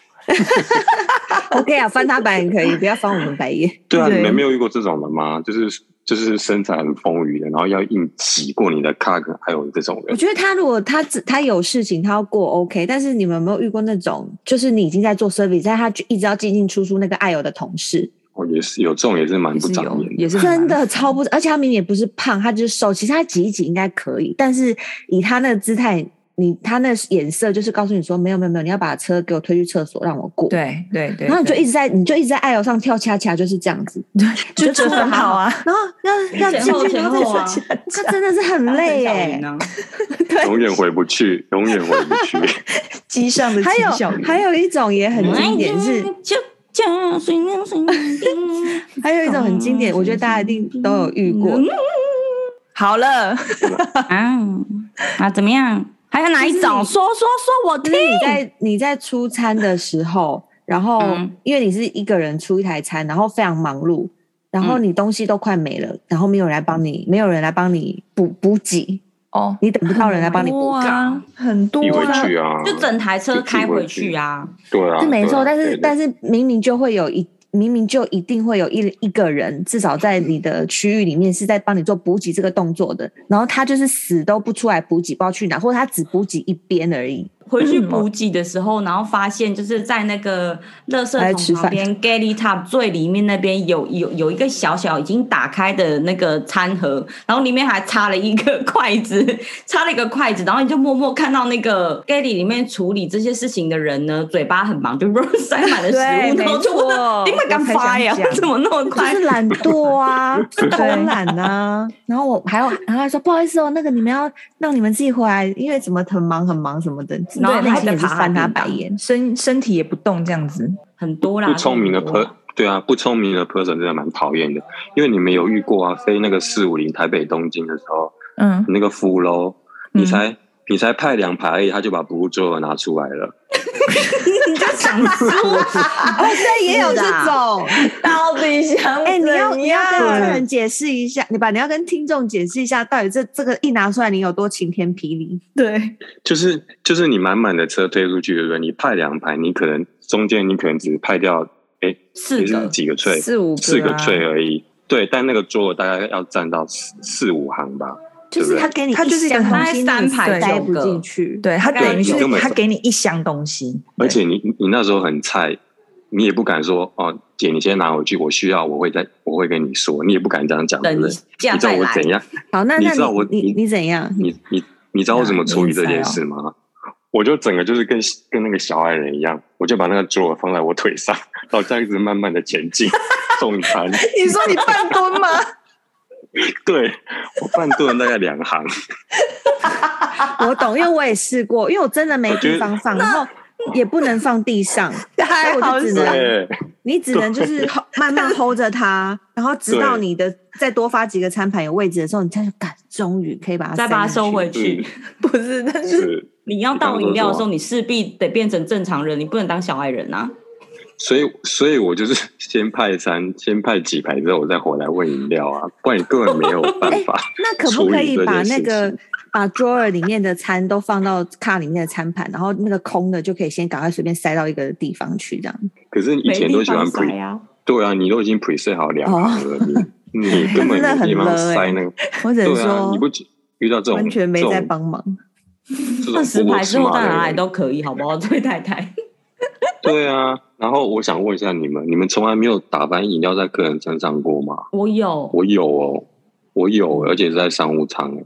，OK 啊，翻他白眼可以，不要翻我们白眼。
对啊，
对
你们没有遇过这种的吗？就是就是身材很丰腴的，然后要硬挤过你的卡，跟还有这种
我
人，
觉得他如果他只他有事情，他要过 OK，但是你们有没有遇过那种，就是你已经在做 service，但他就一直要进进出出那个爱友的同事，
我哦也是有这种也是蛮
也
不
是
长
有
眼的。
也是很
真
麻
的
烦
超不，而且他明明也不是胖，他就是瘦，其实他挤一挤应该可以，但是以他那个姿态，你他那眼色就是告诉你说没有没有没有，你要把车给我推去厕所让我过。。
对对对，
然后你就
对
一直在，你就一直在爱友上跳恰恰，就是这样子。
就觉得很好啊，
然后要要
前
进
后
去，然后
前后啊
再出去，他真的是很累
大声小
耶
云。啊
永远回不去，永远回不去。
机上的
还
秦
有
小嗯鱼
还有一种也很经典是，
哎就就水灵水 灵灵
还有一种很经典，我觉得大家一定都有遇过。
好了，
嗯啊啊！怎么样？还有哪一种？
就是
说说说我
嗯
就
听
是。你在你在出餐的时候，然后
嗯
因为你是一个人出一台餐，然后非常忙碌，然后你东西都快没了，然后没有人来帮你，没有人来帮你补补给，
哦，
你等不到人来帮你补。
啊，
很多
递回
啊，
去 啊，
就整台车开回去啊！
对啊，
是没错，
对啊
但是但
对
是明明就会有一。明明就一定会有一一个人，至少在你的区域里面是在帮你做补给这个动作的，然后他就是死都不出来补给，不知道去哪，或者他只补给一边而已。
回去
嗯哦
补给的时候，然后发现就是在那个垃
还在
圾
吃
桶旁
饭
边 g a l l y Top 最里面那边有有有一个小小已经打开的那个餐盒，然后里面还插了一个筷子， 插了一个筷子，然后你就默默看到那个 g a l l y 里面处理这些事情的人呢，嘴巴很忙，就 塞满了食
对，
物，然后
没
就问
错，
你们敢发呀
我才 想？讲
怎么那 么
就
快
是？懒惰啊，是偷懒啊。然后我还有，然后他说不好意思哦，那个你们要让你们自己回来，因为怎么很忙很忙什么的。
然后
对内
还
心
在
也是
爬他
翻他
地
白
板
眼。
身身体也不动这样子，
很多啦，
不聪明的
很多
per
啦
对啊，不聪明的 person 真的蛮讨厌的，因为你们有遇过啊，飞那个四五零台北东京的时候，
嗯，
那个服务喽，
嗯
你才、你才派两排而已，他就把服务桌拿出来了，
你就想说，
哦，对，也有这 种。
到底想
哎，你要你要跟客
怎样
人解释一下，你把你要跟听众解释一下，到底这这个一拿出来你有多晴天霹雳？
对
就是就是你满满的车推出去，对不对？你派两排，你可能中间你可能只派掉
四
也是
个
几个脆，
四五
四个
啊
脆而已，对，但那个桌大概要占到四四五行吧，
就是他给你
他就是一个
箱
很
东西，
大概三排
你塞
九
不
个
进去。
对他
对
等于
你
是
根本
他给你一箱东西，
而 且你你你那时候很菜，你也不敢说哦，姐，你先拿回去，我需要，我会再我会跟你说，你也不敢这样讲，对
等
不
一
对？
下
你知道
再
我
来。
怎样？
好，那
你
那
知道我
你你
你
你怎 样？
你你你知道我怎么处理这件事吗？我就整个就是跟跟那个小矮人一样，我就把那个桌放在我腿上，然后这样一直慢慢的前进 送餐。
对你说你半蹲吗？
对我半蹲大概两行，
我懂，因为我也试过，因为我真的没
我觉
地
得
方放，然后也不能放地上，所以
太
我
好
就只
笑
能
对
你只能就是 ho- 慢慢 hold 着它，然后直到
对
你的再多发几个餐盘有位置的时候，你才感终于可以把它
再把它
塞进
收
去。
回
是
去。
不是，但是
是，
你要倒饮料的时候，你势必得变成正常人，你不能当小矮人啊！
所以所以我就是先派餐，先派几排之后，我再回来问饮料啊，不然你根本没有办
哎
法。
那可不可以
处理这件
把那
事
个
情
把 drawer 里面的餐都放到卡里面的餐盘，然后那个空的就可以先赶快随便塞到一个地方去，这样
可是你以
没
前
地
都喜欢
方
pre
塞啊！
对啊，你都已经 preset 好两行了，你你根本
哦 真的
没
很
地方
low 欸
塞那个。
或者
对啊，
说
你不觉遇到这种
完全没
这种
在帮忙。
这种
二十
不
排
过
之
芝
后
麻
到
的
哪里
人
都可以，好不好？ 这位太太，
对啊。然后我想问一下你们，你们从来没有打翻饮料在客人身上过吗？
我有，
我有哦，我有，而且是在商务舱欸。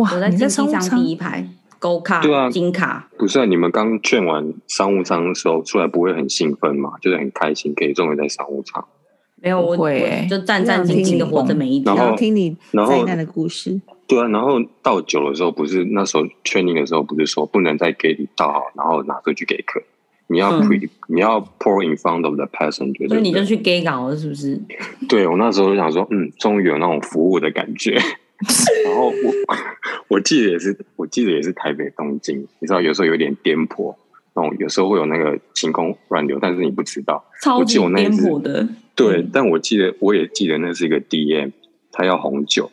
哇，
我在
你在
经济
商务
舱第
舱
一排，勾卡
对啊、
金卡，
不是、啊、你们刚劝完商务舱的时候出来不会很兴奋吗？就是很开心，可以终于在商务舱。
没有我
不会欸
我就战战兢兢的活着每一天
然后。
想要听你
然后
灾难的故事，
对啊，然后倒酒的时候不是那时候劝你的时候不是说不能再给你倒好，然后拿出去给客人。你要
嗯
pre，、你要 pour in front of the passenger，
所以你就
对不
去 gay 搞了，是不是？
对对我那时候就想说，嗯，终于有那种服务的感觉。然后我 我记得也是，我记得也是台北东京，你知道有时候有点颠簸，那种有时候会有那个晴空乱流，但是你不知道。
超
我
级
记得我那一
颠
次
簸的，
对，
嗯
但我记得我也记得那是一个 DM，他要红酒，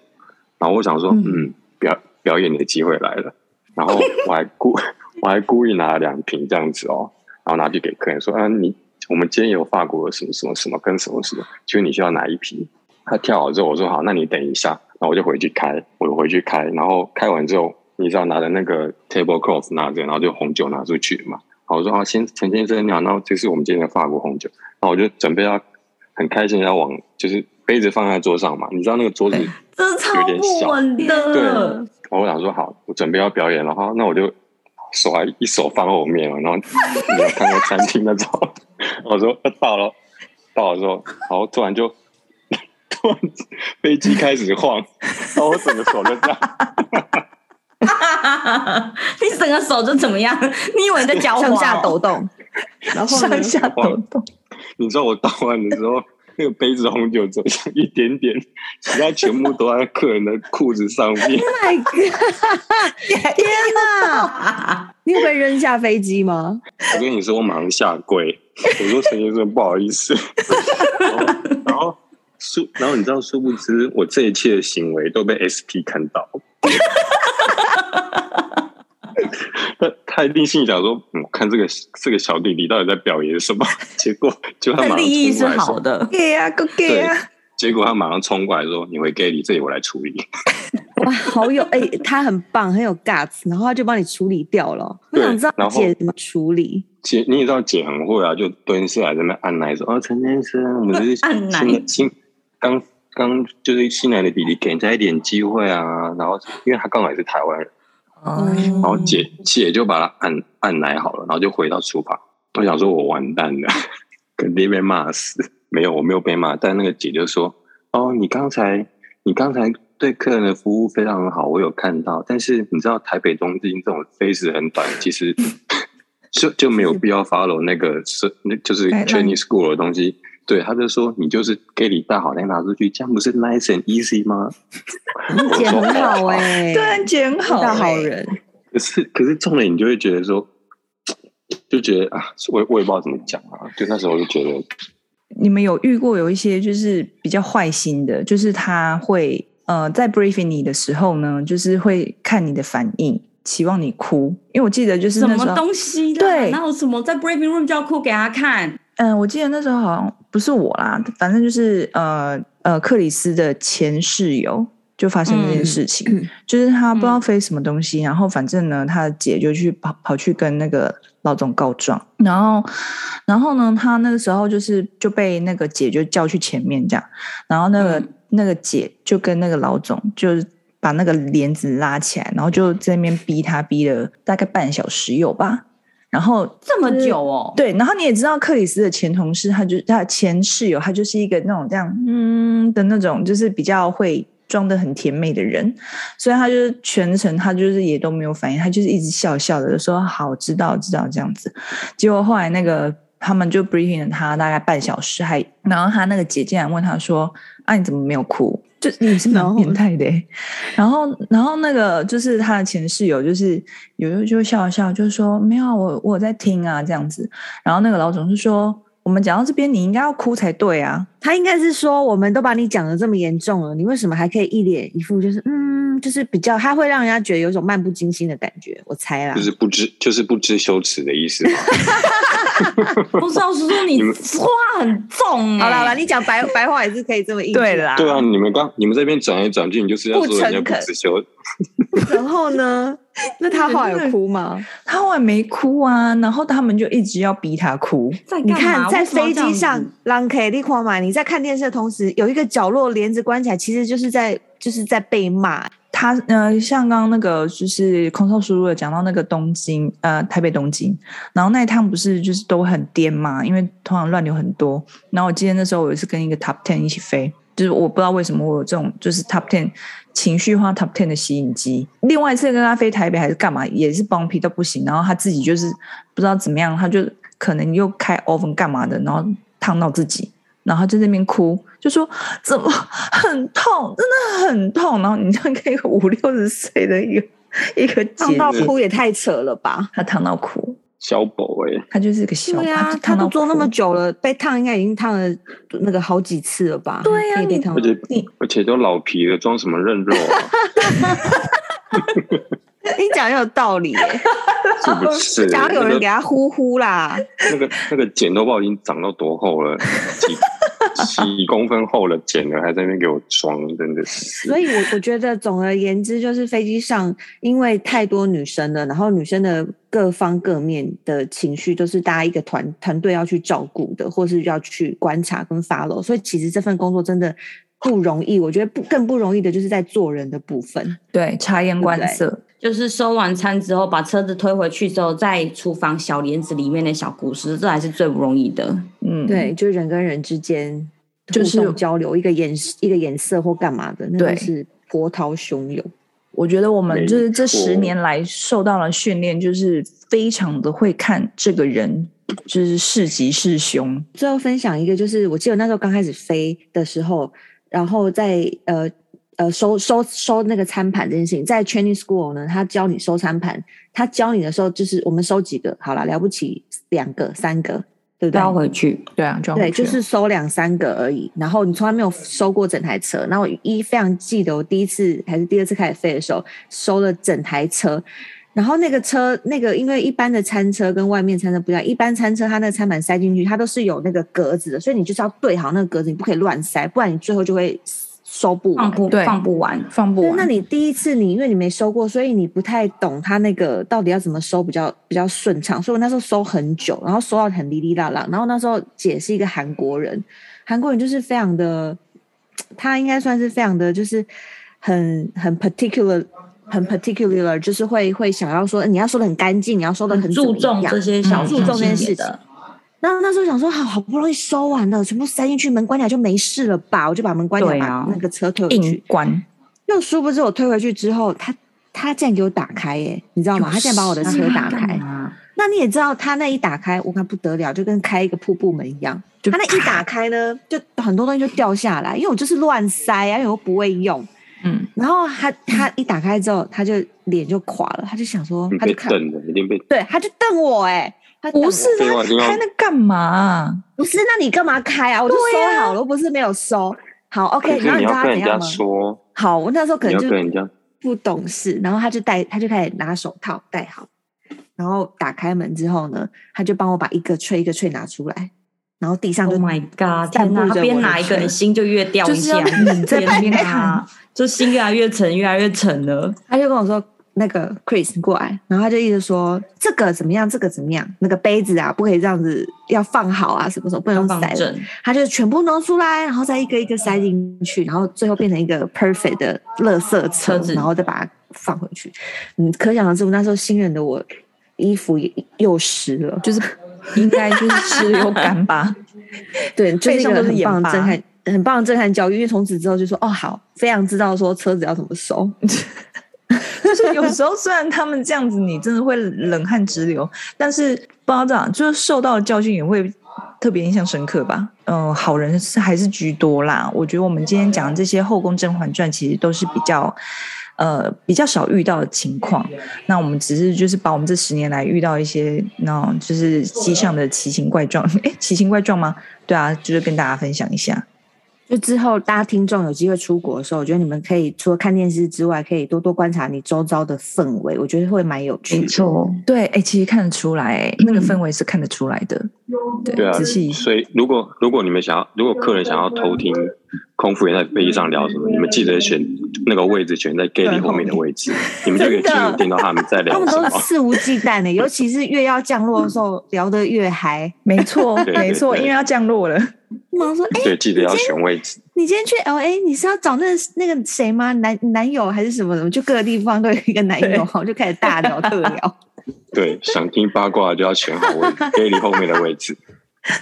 然后我想说，
嗯
嗯，表表演的机会来了，然后我还 故我还故意拿了两瓶这样子哦，然后拿去给客人说，啊，你我们今天有法国的什么什么什么跟什么什么，请问你需要哪一瓶？他跳好之后，我说好，那你等一下，然后我就回去开，我回去开，然后开完之后，你知道拿着那个 tablecloth 拿着，然后就红酒拿出去嘛，然后我说啊，先陈先生你好，那这是我们今天的法国红酒，然后我就准备要很开心地要往就是杯子放在桌上嘛，你知道那个桌子，
这超
有点
不
小
稳 的
对。我想说好，我准备要表演了哈，那我就手还一手放后面了，然后你有看过餐厅那种，我说要到了，到了之后，然后突然就突然飞机开始晃，然后我整个手就这样，
你整个手就怎么样？ 你以为你在 脚
上下
滑哦
抖动，然后呢
上下抖动，
你知道我倒完的时候。那个杯子红酒只剩一点点，其他全部都在客人的裤子上面。
My God！天哪， 你有被扔下飞机吗？
我跟你说，我马上下跪。我说陈先生，不好意思。然后，然后，殊，然后你知道，殊不知我这一切的行为都被 SP 看到。 他他一定心里想说，嗯，看这个这个小弟弟到底在表演什么？ 结果，结果他
那
马上
利益
冲
是
过来
好
说，
的，
给呀，够给呀！
结果他马上冲过来说：“你回 gay 里，这里我来处理。
哇，好有哎、他很棒，很有 guts，然后他就帮你处理掉了。我
对
想知道
然后
姐怎么处理。”
姐，你也知道姐很会啊，就蹲下来在那边按奶说：“哦，陈先生，我们这是
按奶
新的新刚刚就是新来的弟弟，给人家一点机会啊。”然后因为他刚好也是台湾人，
嗯
哦
然后姐姐就把他按按奶好了，然后就回到厨房。我想说，我完蛋了，肯定被骂死。没有，我没有被骂，但那个姐就说：“哦，你刚才你刚才对客人的服务非常好，我有看到。但是你知道台北东京这种飞时很短，其实就就没有必要 follow 那个是那就是
Guideline
Chinese school 的东西。对，他就说你就是给你大好再拿出去，这样不是 nice and easy 吗？
姐很好哎、
对啊，姐很好
遇到
欸，
好人，
可是可是重点，你就会觉得说，就觉得啊，我也我也不知道怎么讲啊。就那时候就觉得，
啊
你们有遇过有一些就是比较坏心的，就是他会呃在 briefing 你的时候呢，就是会看你的反应，期望你哭。因为我记得就是
什
那时
么
候，
东西啦？
对
哪有什么在 briefing room 就要哭给他看？
嗯、我记得那时候好像不是我啦，反正就是呃呃克里斯的前室友就发生这件事情，
嗯
就是他不知道
嗯
飞什么东西，然后反正呢，他的姐就去跑跑去跟那个老总告状，然后然后呢，他那个时候就是就被那个姐就叫去前面这样，然后那个、
嗯
那个姐就跟那个老总就是把那个帘子拉起来，然后就在那边逼他逼了大概半小时有吧，然后
这么久哦，
对，然后你也知道克里斯的前同事，他就是他的前室友，他就是一个那种这样嗯的那种，就是比较会装的很甜美的人，所以他就是全程他就是也都没有反应，他就是一直笑笑的说好知道知道这样子。结果后来那个他们就 briefing 了他大概半小时还，然后他那个姐竟然问他说啊你怎么没有哭？就你也是
然
蛮
后
变态的、欸，然后，然后那个就是他的前室友，就是有时候就笑一笑，就说没有啊，我我有在听啊这样子。然后那个老总就说，我们讲到这边，你应该要哭才对啊。
他应该是说，我们都把你讲的这么严重了，你为什么还可以一脸一副就是嗯，就是比较，他会让人家觉得有一种漫不经心的感觉，我猜啦
就。是不知就是不知羞耻的意思嘛。
不是要叔叔，你
你们
话很重哎。
好啦好啦，你讲白白话也是可以这么硬。
啦
对啊，你们刚你们这边转来转去，你就是要说人家
不诚恳
不知羞，
然后呢？那他后来有哭吗？
他后来没哭啊，然后他们就一直要逼他哭。
在
你
干
看，
嘛
在
为什么要
飞
这样
机
子
上，朗 K 立狂买，你在看电视的同时，有一个角落帘子关起来，其实就是在就是在被骂。
他呃，像刚刚那个就是空少叔叔有讲到那个东京呃台北东京，然后那一趟不是就是都很颠嘛，因为通常乱流很多。然后我记得那时候我也是跟一个 top ten 一起飞，就是我不知道为什么我有这种就是 top ten 情绪化 top ten 的吸引机。另外一次跟他飞台北还是干嘛，也是帮皮到不行，然后他自己就是不知道怎么样，他就可能又开 oven 干嘛的，然后烫到自己，然后就在那边哭，就说怎么很痛，真的很痛。然后你像一个五六十岁的一个一个姐
烫到
姐，
哭也太扯了吧？
她烫到哭，
小宝哎、
她就是个小，
对
她
啊
就，
他
烫
都
到
做那
哭
么久了，被烫应该已经烫了那个好几次了吧？
对啊
可以被
你
烫
而。且
你
而且都老皮了，装什么嫩肉啊？
哎你讲得有道理耶、
是不是？
假如有人给
那
他呼呼啦，
个那个那个剪头发已经长到多厚了，几几公分厚了，剪了还在那边给我装，真的是
所。以我我觉得总而言之，就是飞机上因为太多女生了，然后女生的各方各面的情绪都是大家一个团团队要去照顾的，或是要去观察跟 follow，所以其实这份工作真的不容易。我觉得不更不容易的就是在做人的部分，
对察言观色，
就是收完餐之后，把车子推回去之后，在厨房小帘子里面的小故事，这还是最不容易的。
嗯，
对，就是人跟人之间
就
互
是
动交流，一个眼一个眼色或干嘛的，那
对
就是波涛汹涌。
我觉得我们
没
就是这十
错
年来受到了训练，就是非常的会看这个人，就是是吉是凶。
最后分享一个，就是我记得那时候刚开始飞的时候，然后在呃呃收收收那个餐盘这件事情，在 Chinese School 呢，他教你收餐盘，他教你的时候就是我们收几个，好啦，了不起两个三个，对不
不
对
要？回去，
对啊，这样
对，
我觉
就
得
是收两三个而已，然后你从来没有收过整台车。然后我一非常记得我第一次还是第二次开始飞的时候，收了整台车。然后那个车，那个因为一般的餐车跟外面餐车不一样，一般餐车它那个餐盘塞进去，它都是有那个格子的，所以你就是要对好那个格子，你不可以乱塞，不然你最后就会收不完
放。不
对
放不完。
放不
对，
完。
那你第一次你因为你没收过，所以你不太懂它那个到底要怎么收比较比较顺畅。所以我那时候收很久，然后收到很哩哩啦啦。然后那时候姐是一个韩国人，韩国人就是非常的，他应该算是非常的，就是很很 particular。很 particular，就是会会想要说，嗯你要收的很干净，你要收的很怎么
注重
样
这些小
嗯
注重这件事
细节
情
的，
然后那时候想说，好好不容易收完了，全部塞进去，门关起来就没事了吧？我就把门关起来，
对啊
把那个车推回去
硬。关，
又殊不知我推回去之后，他他竟然给我打开耶、你知道吗？他竟然把我的
有
车
事
打
啊
哎
开。那你也知道，他那一打开，我看不得了，就跟开一个瀑布门一样。
就
啊他那一打开呢，就很多东西就掉下来，因为我就是乱塞啊，因为我不会用。
嗯，
然后他他一打开之后，他就脸就垮了，他就想说
你，
他
被
就看，
瞪了，一定被
对，他就瞪我哎、他瞪我
不是
废话
啊，
一定要
开那干嘛啊？
不是，那你干嘛开啊？我就收好了，又不是没有收。好，OK，
可
然后
是你
你知道
要
他
跟
怎
人
样
家
吗？
说，
好，我那时候可
你
能
要
就
跟人家
不懂事，然后他就戴，他就开始拿手套戴好，然后打开门之后呢，他就帮我把一个吹一个吹拿出来，然后地上
Oh
就、
my god！
散
天哪，
步
他
着我
边
的
拿一个，
车
你心就越掉
就
一
是要
下。
你在旁边
天
看
哪，就心越来越沉，越来越沉了。
他就跟我说那个 Chris 你过来，然后他就一直说这个怎么样，这个怎么样，那个杯子啊不可以这样子，要放好啊，什么什 么不
要
能
放
塞了，
正，
他就全部弄出来，然后再一个一个塞进去，然后最后变成一个 perfect 的垃圾车
车，子
然后再把它放回去。嗯，可想而知，我那时候新人的我衣服也又湿了。
就是应该就是吃有感吧，
对，就是
背
一
上
个
都是
很
盐
棒的
巴
震撼，很棒的震撼教育。因为从此之后就说，哦，好，非常知道说车子要怎么收。
就是有时候虽然他们这样子，你真的会冷汗直流，但是不知道咋，就是受到的教训也会特别印象深刻吧。嗯、好人是还是居多啦。我觉得我们今天讲的这些《后宫甄嬛传》，其实都是比较。呃，比较少遇到的情况，那我们只是就是把我们这十年来遇到一些，那种就是机上的奇形怪状，诶，奇形怪状吗？对啊，就是跟大家分享一下。
就之后大家听众有机会出国的时候，我觉得你们可以除了看电视之外，可以多多观察你周遭的氛围，我觉得会蛮有趣的。
错。
对，哎、其实看得出来、诶
嗯
那个氛围是看得出来的。
对啊
仔细，
所以如果如果你们想要，如果客人想要偷听空服员在飞机上聊什么，你们记得选那个位置选在 galley
啊
后面的位置，你们就可以
真
清
的
楚听到他们在
他
聊
们
什
都
么。
哦
肆无忌惮 的、尤其是越要降落的时候，聊得越嗨。
没错，
对
没错，
对
因为要降落了。
他们说，哎、
对，记得要选位置。
你今天去 L A，你是要找那那个谁吗？男男友还是什么什么？就各个地方都有一个男友，我就开始大聊特聊。
哎
对，想听八卦就要选好位置 galley 后面的位置。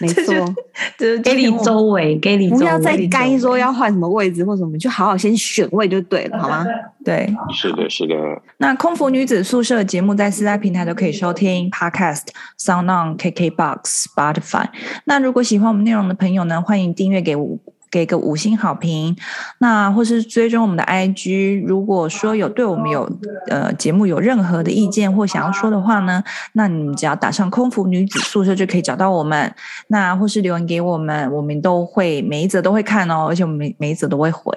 没
这就
错，
就是
给你周围，给你周围
不要再该说要换什么位置或什么，就好好先选位就对了，好吗？
对。
是的，是的，
那空服女子宿舍节目在四大平台都可以收听，Podcast、Sound On、KKBox、Spotify。那如果喜欢我们内容的朋友呢，欢迎订阅给五给个五星好评，那或是追踪我们的 IG。如果说有对我们有呃节目有任何的意见或想要说的话呢，那你们只要打上“空服女子宿舍”就可以找到我们。那或是留言给我们，我们都会每一则都会看哦，而且我们每每一则都会回。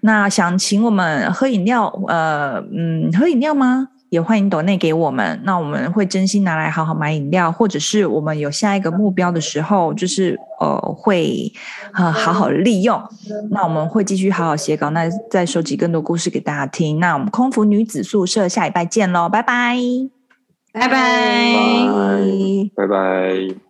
那想请我们喝饮料，呃，嗯，喝饮料吗？也欢迎抖内给我们，那我们会真心拿来好好买饮料，或者是我们有下一个目标的时候，就是呃会呃好好的利用。那我们会继续好好写稿，那再收集更多故事给大家听。那我们空服女子宿舍下礼拜见喽，拜拜。
拜拜
哎
拜拜。